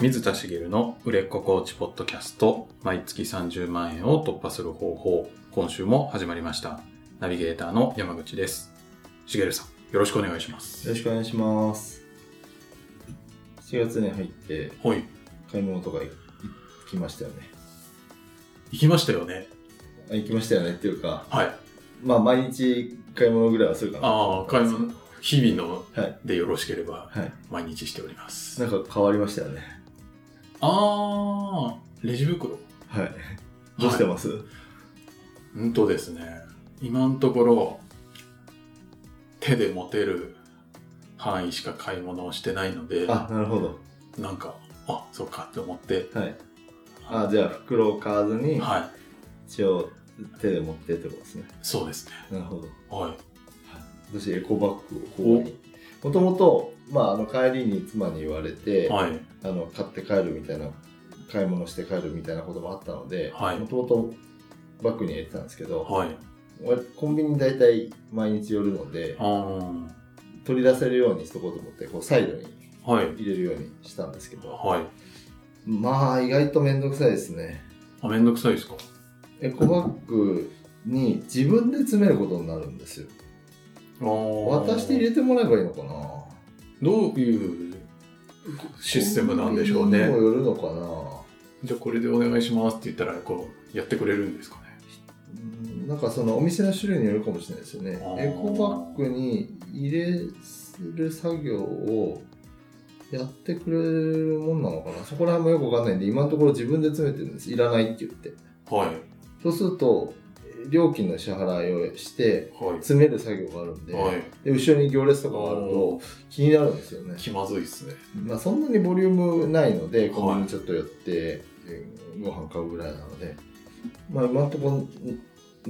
水田茂の売れっ子コーチポッドキャスト、毎月30万円を突破する方法、今週も始まりました。ナビゲーターの山口です。茂さん、よろしくお願いします。よろしくお願いします。7月に入ってはい、買い物とか行きましたよね。行きましたよね。あ行きましたよねっていうか、はい。まあ毎日買い物ぐらいはするかな。ああ、買い物。、日々のはい。でよろしければはい。毎日しております。なんか変わりましたよね。ああ、レジ袋。はい。どうしてます、本当ですね。今のところ、手で持てる範囲しか買い物をしてないので、あ、なるほど。なんか、あ、そうかって思って、はい。あ、じゃあ袋を買わずに、はい、一応手で持ってってことですね。そうですね。なるほど。はい。私エコバッグをここに。もともと、まあ、あの帰りに妻に言われて、はい。あの買って帰るみたいな買い物して帰るみたいなこともあったのではいもともとバッグに入れてたんですけど、はい。俺コンビニ大体毎日寄るのであー取り出せるようにしとこうと思ってこうサイドにはい。入れるようにしたんですけどはい。まあ意外と面倒くさいですねあ、めんどくさいですかエコバッグに自分で詰めることになるんですよ渡渡して入れてもらえばいいのかなどういうシステムなんでしょうコンねビニ。にもよるのかなじゃあこれでお願いしますって言ったら、こう、やってくれるんですかね。うんなんかそのお店の種類によるかもしれないですよね。あーエコバッグに入れる作業をやってくれるもんなのかなそこら辺もよくわかんないんで、今のところ自分で詰めてるんです。いらないって言って。はい。そうすると、料金の支払いをして、はい。詰める作業があるんで、はい。で後ろに行列とかがあると気になるんですよね。気まずいですね。まあ、そんなにボリュームないので、コンビニちょっと寄って、えーご飯買うぐらいなので、まあ、今のところ、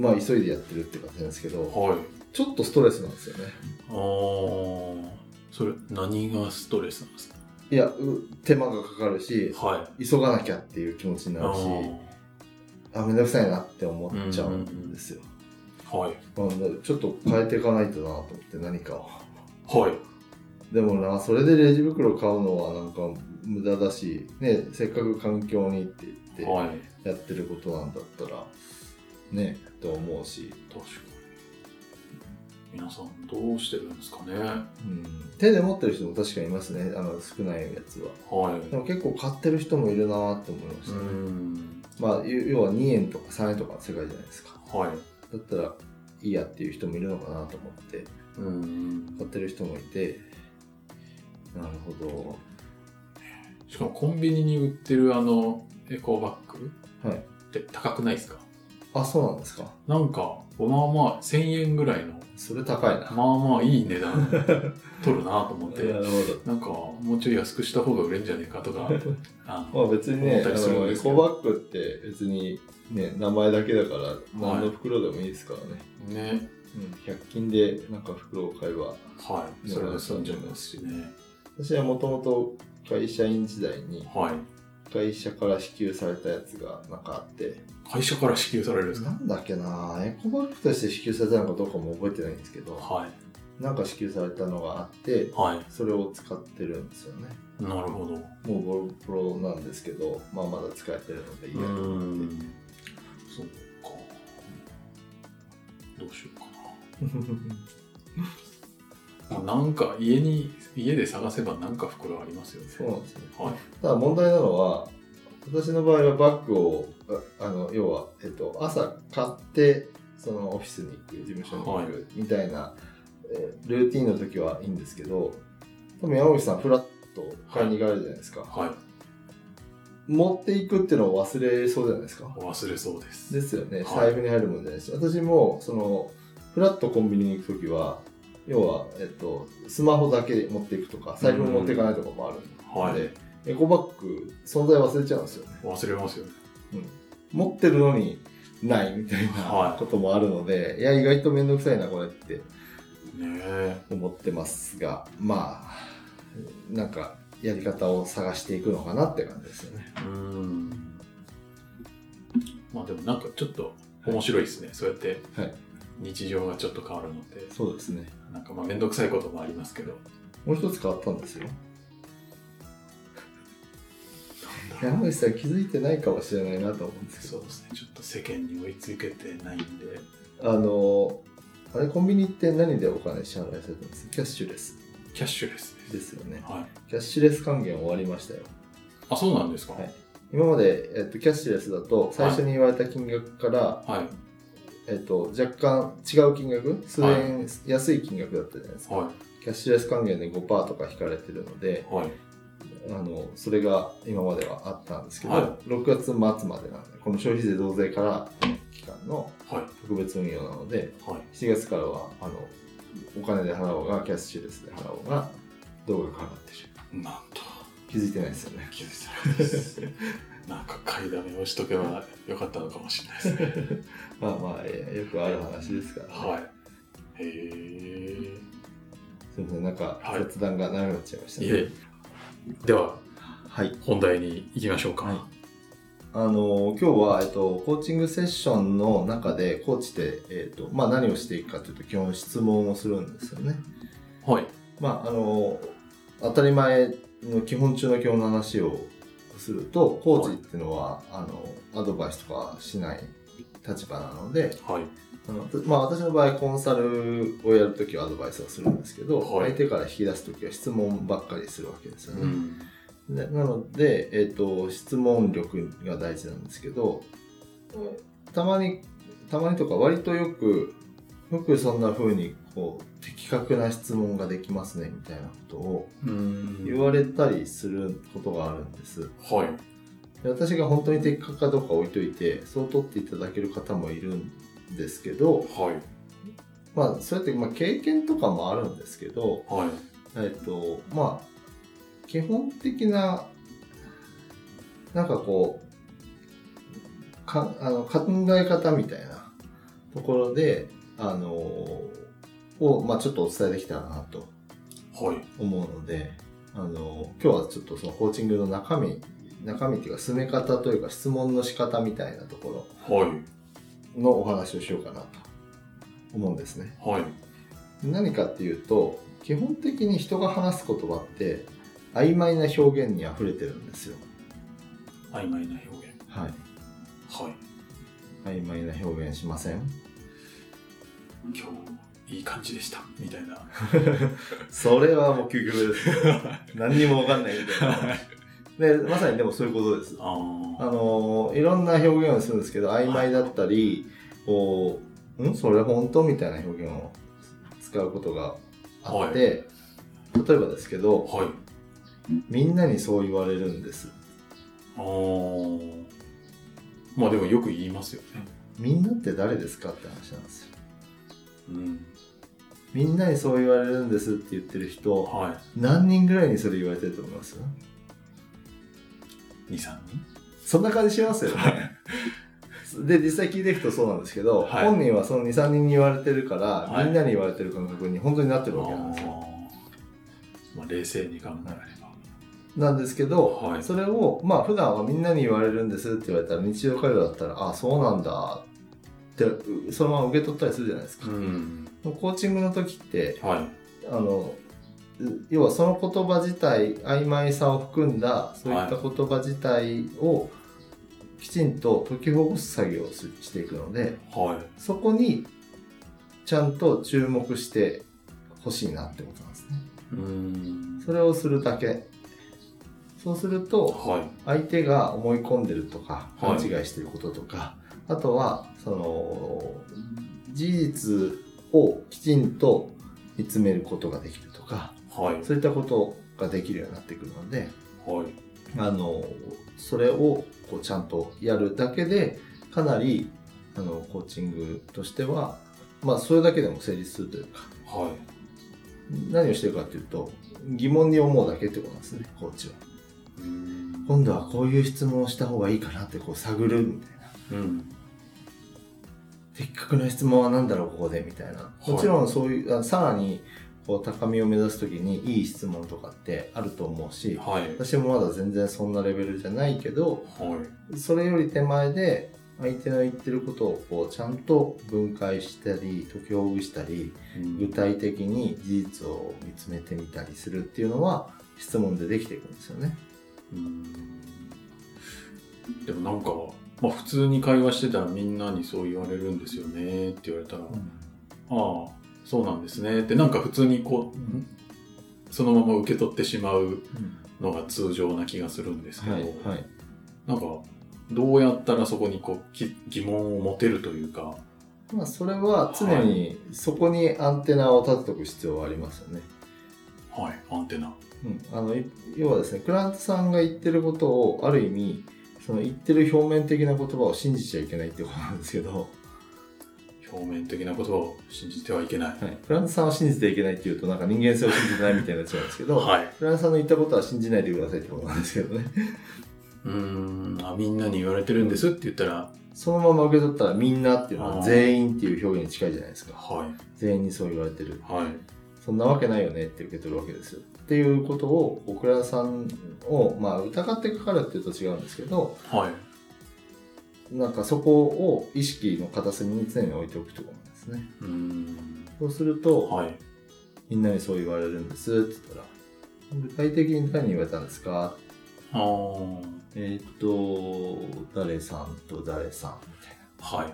まあ、急いでやってるって感じなんですけど、はい。ちょっとストレスなんですよね。あーそれ何がストレスなんですかいや、う手間がかかるし、はい急がなきゃっていう気持ちになるし、あ、めんどくさいなって思っちゃうんですよ。はいまあだからちょっと変えていかないとなと思って、何かを。はいでもな、それでレジ袋買うのはなんか無駄だし、ね、せっかく環境にって言って、はいやってることなんだったらねと思うし、確かに皆さんどうしてるんですかねはうん、手で持ってる人も確かにいますねあの少ないやつはでいも結構買ってる人もいるなって思いましうたね、んまあゆ要は2円とか3円とかの世界じゃないですかはいだったらいいやっていう人もいるのかなと思ってうん買ってる人もいてなるほしかもコンビニに売ってるあのエコーバッグはいって高くないですかどあそうなんですかなんかまあまあ1000円ぐらいのそれ高いな、まあまあいい値段 取るなと思っなるてなんかもうちょい安くした方が売れんじゃねえかと かほどあのまあ別にね、思っあたりするんのでエすけコどバッグって別にね、名前だけだから、何の袋でもいいですからね。ねうん、100均でなんか袋を買えば。はい、それで済んじゃいますしね。私はもともと会社員時代に、はい。会社から支給されたやつがなんかあって、会社から支給されるんですなか、んだっけなエコバッグとして支給されたのかどうかも覚えてないんですけど、はい。なんか支給されたのがあって、はい。それを使ってるんですよね。なるほど。もうボロボロなんですけど、まあまだ使えてるのでいいやと思って。ん。そっか。どうしようかな。なんか家に、家で探せばなんか袋ありますよね。 そうなんですよね。はい。ただ問題なのは私の場合はバッグをああの要は、えっと、朝買ってそのオフィスに行く事務所に行はいくみたいな、えールーティンの時はいいんですけど多分山口さんフラッと買いに行かれるじゃないですか、はい。持っていくっていうのを忘れそうじゃないですか忘れそうです。ですよねはい財布に入るもんじゃないし、私もそのフラッとコンビニに行く時は要は、えっと、スマホだけ持っていくとか財布持っていかないとかもあるんで、はい。でエコバッグ存在忘れちゃうんですよね忘れますよね。持ってるのにないみたいはないこともあるので、い、や意外と面倒くさいなこれってねえ。思ってますがまあなんかやり方を探していくのかなって感じですよねうん。まあでもなんかちょっと面白いですね。そうやってはい日常がちょっと変わるのって。そうですねなんかまあ面倒くさいこともありますけど、もう一つ変わったんですよ山口さん気づいてないかもしれないなと思うんですけそうどですね、ちょっと世間に追いつけてないんで、あのあれコンビニって何でお金支払いするんですキャッシュレスキャッシュレスです。ですよねはい。キャッシュレス還元終わりましたよあ、そうなんですか。ははいい。今まで、えっと、キャッシュレスだと最初に言われた金額から、はい。えっと、若干違う金額数円安い金額だったじゃないですか、はキャッシュレス還元で5%とか引かれてるのでい。はい。あのそれが今まではあったんですけど、は6月末までなんでこの消費税増税から期間のはい。特別運用なのではい。 7月からはあのお金で払おうがキャッシュレスで払おうが動画かかってるなんと、気づいてないですよね 気づいてなかったです。なんか買いだめをしとけばよかったのかもしれないですね。まあまあ、えーよくある話ですから、ねはい。へえ。すみませんなんかはい雑談が長くなっちゃいましたいえ。では、はい本題に行きましょうか。はいあの今日は、えっと、コーチングセッションの中でコーチって、えっとまあ、何をしていくかというと基本質問をするんですよね。はい。まあ、あの当たり前の基本中の基本の話をするとコーチっていうのは、あのアドバイスとかしない立場なのではい。あの、まあ、私の場合コンサルをやるときはアドバイスをするんですけど、はい相手から引き出すときは質問ばっかりするわけですよね。うん。でなので、えっと質問力が大事なんですけどたまにたまにとか割とよくよくそんな風にこう的確な質問ができますねみたいなことをうん言われたりすることがあるんですはい。で私が本当に的確かどうか置いといてそう取っていただける方もいるんですけどはい。まあそうやって、まあ、経験とかもあるんですけどはい。えっと、まあ、基本的な、なんかこう、かあの考え方みたいなところで、あのを、まあ、ちょっとお伝えできたらなとはい。思うので、あの今日はちょっとそのコーチングの中身、中身っていうか、進め方というか、質問の仕方みたいなとこはい。ろのお話をしようかなと思うんですね。はい。何かっていうと基本的に人が話す言葉って曖昧な表現にあふれてるんですよ曖昧な表現。はいはい。曖昧な表現しません今日、いい感じでした。みたいな。それはもう究極です 何にも分かんないみたい なでまさにでもそういうことですああーのーいろんな表現をするんですけど曖昧だったりこう「んそれ本当?」みたいな表現を使うことがあって、例えばですけどはい。みんなにそう言われるんですあーまあでもよく言いますよね。みんなって誰ですかって話なんですようん。みんなにそう言われるんですって言ってる人は何人ぐらいにそれ言われてると思いますい。2、3そんな感じしますよねで実際聞いていくとそうなんですけど、はい本人はその23人に言われてるから、はいみんなに言われてる感覚に本当になって人るわけなんですよまあ冷静に考えれなんですけど、ば。はい。それをまあ普段はみんなに言われるんですって言われたら日常会話だったらああそうなんだってうそのまま受け取ったりするじゃないですかう、ん。コーチングの時ってはあのう要はその言葉自体曖昧さを含んだそういった言葉自体をきちんと解きほぐす作業をししていくのでい。はい。そこにちゃんと注目してほしいなってことなんですね。うん。それをするだけそうするとは相手が思い込んでるとかは勘い違いしてることとか、あとはその事実をきちんと見つめることができるとかい。はい。そういったことができるようになってくるので、はい。あの、それをこうちゃんとやるだけで、かなり、あの、コーチングとしては、まあ、それだけでも成立するというか、は何をしてるかっていうと、疑問に思うだけってことなんですね、コーチは。い。うん。今度はこういう質問をした方がいいかなって、こう探るみたいな。うん。的確な質問は何だろう、ここで、みたいな。いもちろん、そういう、あさらに、こう、高みを目指すときに、いい質問とかってあると思うし、はい。私もまだ全然そんなレベルじゃないけど、はい。それより手前で相手の言ってることをこうちゃんと分解したり解きほぐしたりうん具体的に事実を見つめてみたりするっていうのは質問でできていくんですよね。うんでもなんか、まあ、普通に会話してたらみんなにそう言われるんですよねって言われたら、ああそうなんですねってなんか普通にこう、うんそのまま受け取ってしまうのが通常な気がするんですけど、はいはいなんかどうやったらそこにこうき疑問を持てるというかまあそれは常にそこにアンテナを立てておく必要はありますよね、はいアンテナうん、あのい要はですねクライアントさんが言ってることをある意味その言ってる表面的な言葉を信じちゃいけないってことなんですけど、表面的なことを信じてはいけないはい、クライアントさんを信じていけないっていうとなんか人間性を信じてないみたいになっちゃうんですけど、はいクライアントさんの言ったことは信じないでくださいってことなんですけどねうーんあみんなに言われてるんですって言ったらそのまま受け取ったらみんなっていうのは全員っていう表現に近いじゃないですかはい全員にそう言われてるはいそんなわけないよねって受け取るわけですよっていうことを小倉さんを、まあ、疑ってかかるっていうと違うんですけどはいなんかそこを意識の片隅に常に置いておくところなんですねうーんそうすると、はいみんなにそう言われるんですって言ったら具体的に誰に言われたんですかあーえーっと誰さんと誰さんはい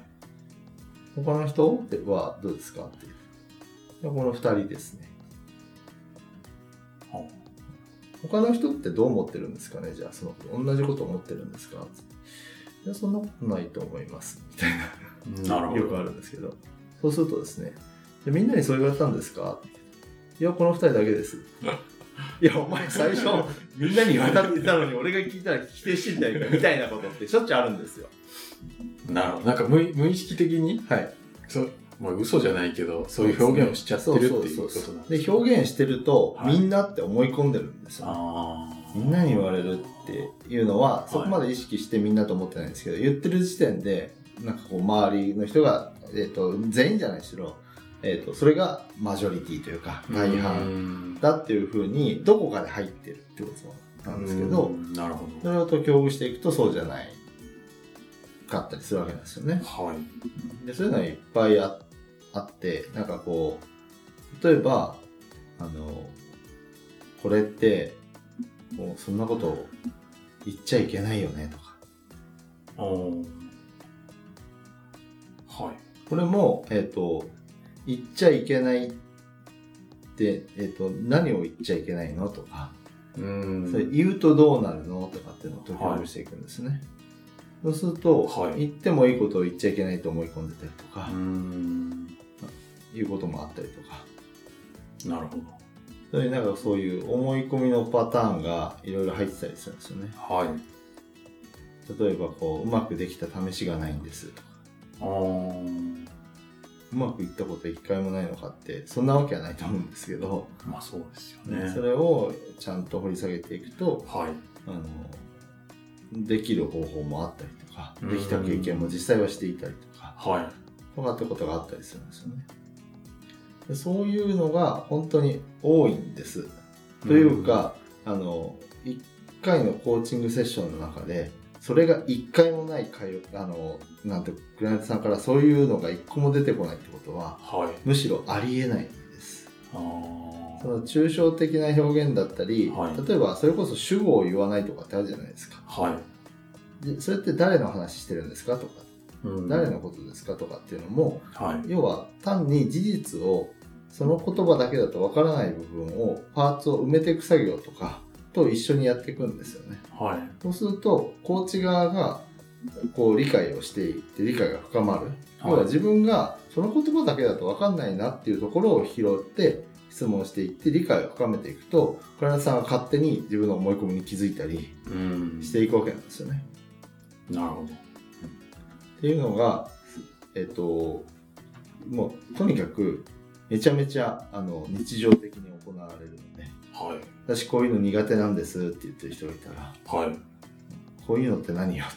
他の人ってはどうですかってでこの2人ですねあ他の人ってどう思ってるんですかねじゃあその同じこと思ってるんですかいやそんなことないと思いますみたいななるほどよくあるんですけどそうするとですねでみんなにそう言われたんですかいやこの2人だけです いやお前最初みんなに言われたって言ったのに俺が聞いたら否定してんじゃないかみたいなことってしょっちゅうあるんですよなるほどなんか無い無意識的にはいそうまあ嘘じゃないけどそういう表現をしちゃってるっていうことなんですでね表現してると、はいみんなって思い込んでるんですよあーみんなに言われるっていうのはそこまで意識してみんなと思ってないんですけど、言ってる時点でなんかこう周りの人が、えー、と全員じゃないにしろ、えー、とそれがマジョリティというか大う半んだっていうふうにどこかで入ってるってことなんですけうどんなるほそれと共有していくとそうじゃないかったりするわけなんですよね。どはいでそういうのはいっぱいああってなんかこう例えばあのこれってもうそんなこと言っちゃいけないよねとかおーはいこれも、えっと言っちゃいけないって、えっと何を言っちゃいけないのとかうそれん言うとどうなるのとかっていうのを解きほぐしていくんですね。そうすると、はい言ってもいいことを言っちゃいけないと思い込んでたりとかう、んいうこともあったりとかなるほどそれでなんかそういう思い込みのパターンがいろいろ入ってたりするんですよね。はい例えばこう、うまくできた試しがないんですとか、あーうまくいったこと一回もないのかって、そんなわけはないと思うんですけど、まあそうですよねそれをちゃんと掘り下げていくと、はいあの、できる方法もあったりとか、うんできた経験も実際はしていたりとか、はいとかってことがあったりするんですよね。でそういうのが本当に多いんです。というか、あの1回のコーチングセッションの中でそれが1回もない会話あのなんてクライアントさんからそういうのが1個も出てこないってことははいむしろありえないんですあそーの抽象的な表現だったり、はい例えばそれこそ主語を言わないとかってあるじゃないですかはいでそれって誰の話してるんですかとかうん誰のことですかとかっていうのもはい要は単に事実をその言葉だけだとわからない部分をパーツを埋めていく作業とか と一緒にやっていくんですよねはいそうするとコーチ側がこう理解をしていって理解が深まる要は自分がその言葉だけだとわかんないなっていうところを拾って質問していって理解を深めていくとクライアントさんは勝手に自分の思い込みに気づいたりうんしていくわけなんですよねなるほっていうのがえっともうとにかくめちゃめちゃあの日常的に行われるのでどはい私こういうの苦手なんですって言ってる人がいたらはいこういうのって何よっ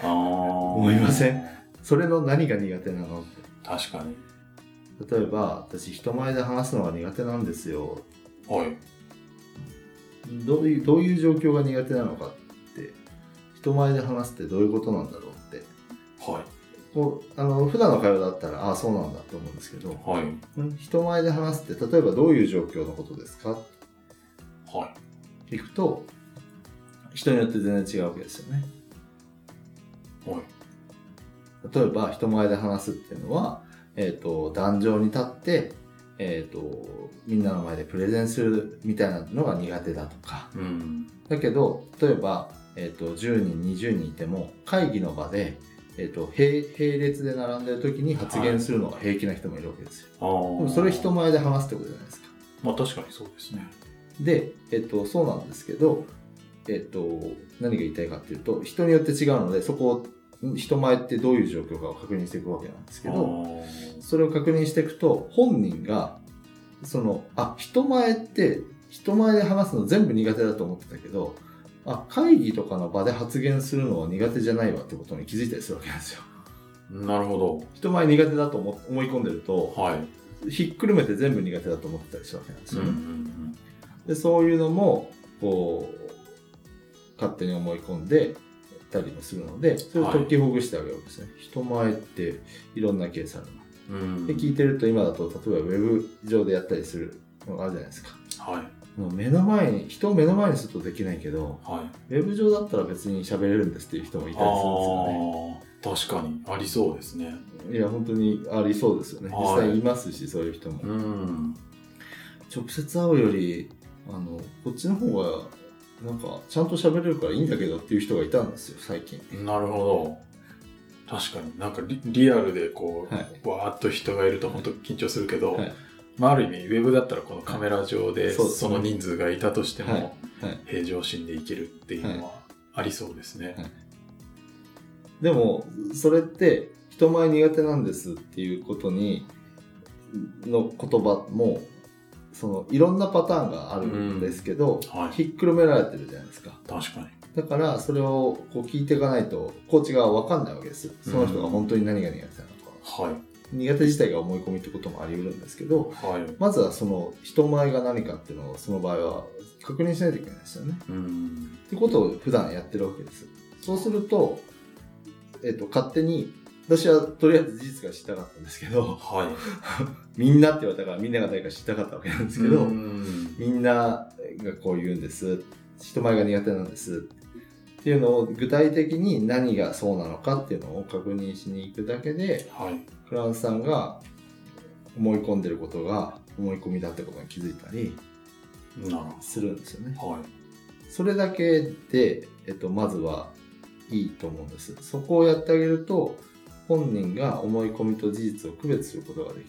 てああ思思いませんそれの何が苦手なのっ確かにて例えば私人前で話すのが苦手なんですよはいどういうどういう状況が苦手なのかって人前で話すってどういうことなんだろうってはこうあの普段の会話だったらああそうなんだと思うんですけどいはい人前で話すって例えばどういう状況のことですかはいっていくと人によって全然違うわけですよねはい。例えば人前で話すっていうのは、えっと壇上に立って、えっとみんなの前でプレゼンするみたいなのが苦手だとかうん。だけど例えば、えっと10人20人いても会議の場で、えっと並並列で並んでる時に発言するのが平気な人もいるわけですよ。あでもあ。それ人。前で話すってことじゃないですか。まあ確かにそうですね。で、えっと、そうなんですけど、えっと、何が言いたいかっていうと人によって違うのでそこを人前ってどういう状況かを確認していくわけなんですけあど。ーそれを確認していくと本人がそのあ人前って人前で話すの全部苦手だと思ってたけどあ会議とかの場で発言するのは苦手じゃないわってことに気づいたりするわけなんですよ。なるほ人前苦手だと思思い込んでるど。とはい。ひっくるめて全部苦手だと思ってたりするわけなんですうんようね、んでそういうのもこう勝手に思い込んでたりもするのでそれを解きほぐしてあげるわけですね。人前っていろんなケースあるうなん。で聞いてると今だと例えばウェブ上でやったりするのがあるじゃないですかはい。もう目の前に人を目の前にするとできないけどはい。ウェブ上だったら別に喋れるんですっていう人もいたりするんですよあねあ、確かに。ありそうですね。いや本当にありそうですよねはい実際いますしそういう人もうん。直接会うよりあのこっちの方がなんかちゃんと喋れるからいいんだけどっていう人がいたんですよ最近なるほど。確かになんかリリアルでこう、はいわーっと人がいると本当緊張するけど、はいまあ、ある意味ウェブだったらこのカメラ上はでいそうですその人数がいたとしてはもはい平常心でいけるっていうのはありそうですね。でもそれって人前苦手なんですっていうことにの言葉もそのいろんなパターンがあるんですけど、はいひっくるめられてるじゃないですか確かに。だからそれをこう聞いていかないとコーチが分かんないわけですよその人が本当に何が苦手なのか、はい。苦手自体が思い込みってこともあり得るんですけどはい。まずはその人前が何かっていうのをその場合は確認しないといけないですよねうん。ってことを普段やってるわけですそうすると,、えっと勝手に私はとりあえず事実が知りたかったんですけど はい。みんなって言われたからみんなが誰か知りたかったわけなんですけど、うんみんながこう言うんです人前が苦手なんですっていうのを具体的に何がそうなのかっていうのを確認しに行くだけではい。フランスさんが思い込んでることが思い込みだってことに気づいたりなるほするんですよね。ど。はい。それだけで、えっと、まずはいいと思うんですそこをやってあげると本人が思い込みと事実を区別することができ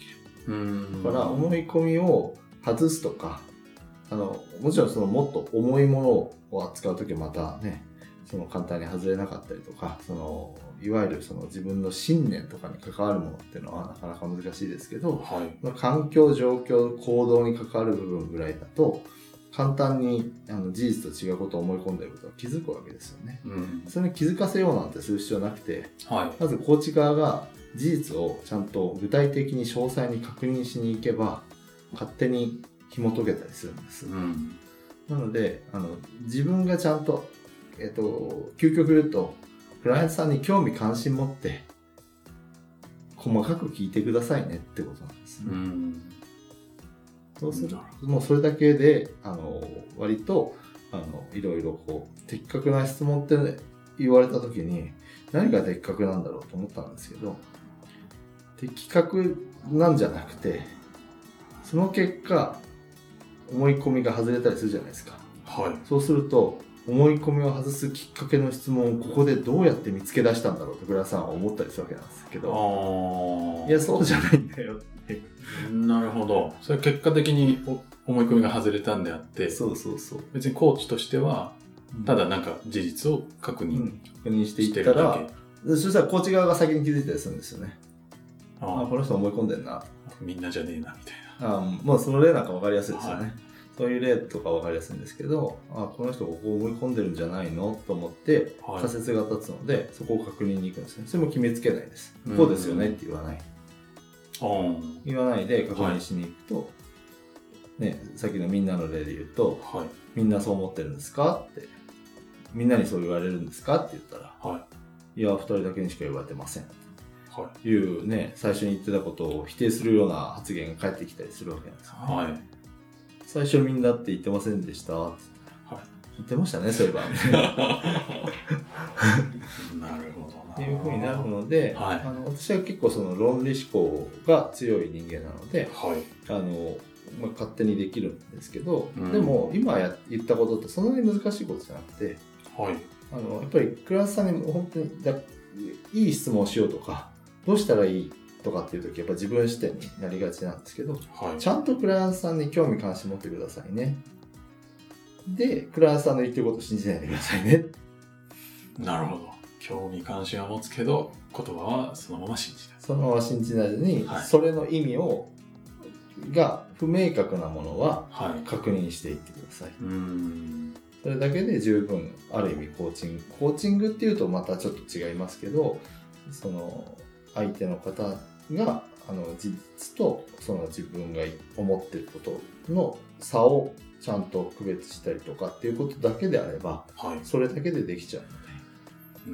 うるんだから思い込みを外すとかあのもちろんそのもっと重いものを扱う時はまたねその簡単に外れなかったりとかそのいわゆるその自分の信念とかに関わるものっていうのはなかなか難しいですけど、はい。まあ環境状況行動に関わる部分ぐらいだと簡単にあの事実と違うことを思い込んでいることは気づくわけですよねうん。それに気づかせようなんてする必要なくてはい。まずコーチ側が事実をちゃんと具体的に詳細に確認しに行けば勝手に紐解けたりするんです、うん。なのであの自分がちゃんと,、えっと究極言うとクライアントさんに興味関心持って細かく聞いてくださいねってことなんですね、うん。そうするなるもうそれだけであの割とあのいろいろこう的確な質問って言われた時に何が的確なんだろうと思ったんですけど的確なんじゃなくてその結果思い込みが外れたりするじゃないですかはい。そうすると思い込みを外すきっかけの質問をここでどうやって見つけ出したんだろうとグラさんは思ったりするわけなんですけどああ。いやそうじゃないんだよなるほど。それは結果的にお思い込みが外れたんであって、そうそうそう別にコーチとしては、ただなんか事実を確う認ん確認していしってたるら、だけ。でそしたらコーチ側が先に気づいたりするんですよね。ああこの人思い込んでんな。あみんなじゃねえな、みたいあまあその例なんか分かりやすいですよね。はそういう例とか分かりやすいんですけど、あこの人ここ思い込んでるんじゃないのと思ってな。はい仮。説が立つので、そこを確認に行くんですね。それも決めつけないですうん。こうですよねって言わない。うん言わないで確認しに行くと、ね、さっきのみんなの例で言うと、はい。みんなそう思ってるんですかって、みんなにそう言われるんですかって言ったら、はいや、二人だけにしか言われてません。い。はい。いうね、最初に言ってたことを否定するような発言が返ってきたりするわけなんですよ。はい。最初みんなって言ってませんでした。はい言ってましたね、そ ういえば。なるほどな。 っていうふうになるので、はいあの私は結構その論理思考が強い人間なので、はい。あのまあ、勝手にできるんですけど、うんでも今や言ったことってそんなに難しいことじゃなくて、はい。あのやっぱりクラスさんにも本当にだいい質問をしようとかどうしたらいいとかっていう時やっぱ自分視点になりがちなんですけどはい。ちゃんとクライアントさんに興味関心持ってくださいねでクライアントさんの言ってることを信じないでくださいね なるほど。興味関心は持つけど、言葉はそのまま信じない。そのまま信じないでに、はいそれの意味をが不明確なものははい。確認していってくださいうーん。それだけで十分ある意味コーチングコーチングっていうとまたちょっと違いますけどその相手の方があの事実とその自分が思ってることの差をちゃんと区別したりとかっていうことだけであればはい。それだけでできちゃうの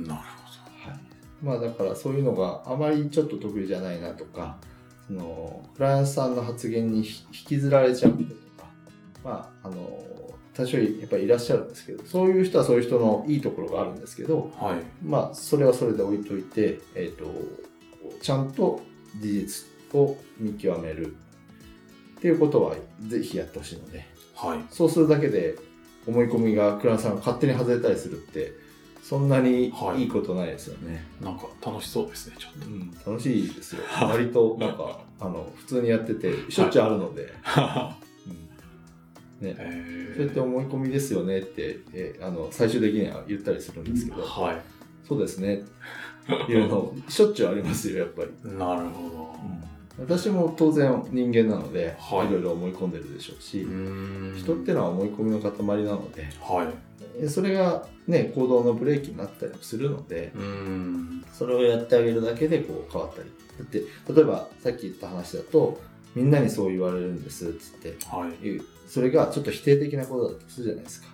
で、なるはい、まあだからそういうのがあまりちょっと得意じゃないなとかそのフランスさんの発言にひ引きずられちゃうとかまああの多少やっぱりいらっしゃるんですけどそういう人はそういう人のいいところがあるんですけどほど。はい。まあそれはそれで置いといて、えー、とちゃんと事実を見極めるっていうことはぜひやってほしいのではい。そうするだけで思い込みがクランさんが勝手に外れたりするってそんなにはいいいことないですよね。なんか楽しそうですね、ちょっ と。うん、楽しいですよ。割となんかあの普通にやっててしょっちゅうあるので、うんね、えそうやって思い込みですよねって、えあの最終的には言ったりするんですけど、はそうですねっていうのしょっちゅうありますよやっぱり。い。なるほど。私も当然人間なので、はいいろいろ思い込んでるでしょうし、うーん人ってのは思い込みの塊なので、はい。えそれがね行動のブレーキになったりもするのでうーん。それをやってあげるだけでこう変わったりだって例えばさっき言った話だとみんなにそう言われるんですっつってはい。言うそれがちょっと否定的なことだとするじゃないですか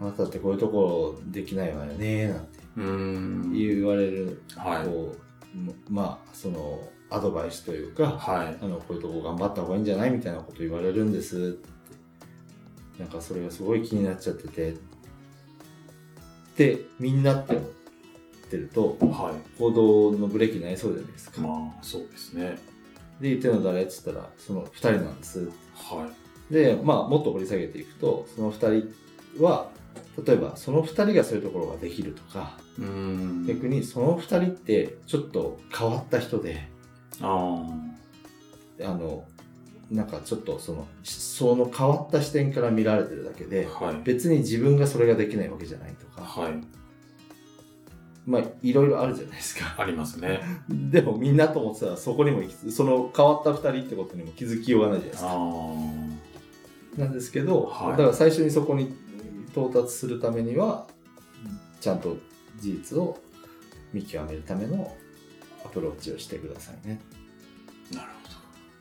あなたってこういうところできないわよねなんてうーん。言われる、はい。こうもまあそのアドバイスというか、はい。あのこういうとこ頑張った方がいいんじゃないみたいなこと言われるんですってなんかそれがすごい気になっちゃっててでみんなって思ってるとは行動のブレーキになりそうじゃないですい。か、まあ、そうですね。で言ってるの誰って言ったらその2人なんですはでまあもっと掘り下げていくとその2人は例えばその2人がそういうところができるとかい。うーん。逆にその2人ってちょっと変わった人でああ。あのなんかちょっとそのその変わった視点から見られてるだけではい。別に自分がそれができないわけじゃないとかはい。まあいろいろあるじゃないですか ありますね。でもみんなと思ってたらそこにも行きその変わった2人ってことにも気づきようがないじゃないですあかあ。なんですけど、はいだから最初にそこに到達するためにはちゃんと事実を見極めるためのアプローチをしてくださいねなる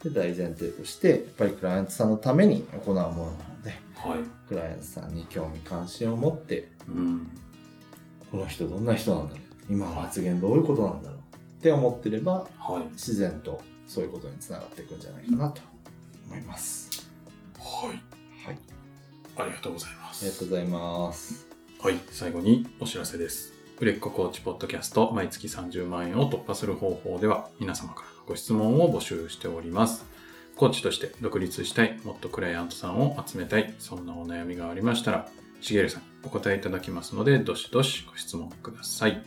で大前提としてやっぱりクライアントさんのために行うものなのでほど。はい。クライアントさんに興味関心を持ってうん。この人どんな人なんだろう今の発言どういうことなんだろうって思ってればはい。自然とそういうことにつながっていくんじゃないかなと思いますはい。はいありがとうございまありがとす。うございますはい。最後にお知らせです。売れっ子コーチポッドキャスト毎月30万円を突破する方法では皆様からのご質問を募集しております。コーチとして独立したい、もっとクライアントさんを集めたい、そんなお悩みがありましたら、しげるさんにお答えいただきますので、どしどしご質問ください。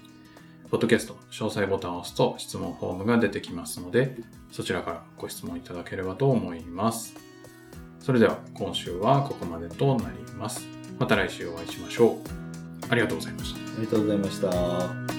ポッドキャストの詳細ボタンを押すと質問フォームが出てきますので、そちらからご質問いただければと思います。それでは今週はここまでとなります。また来週お会いしましょう。ありがとうございました。ありがとうございました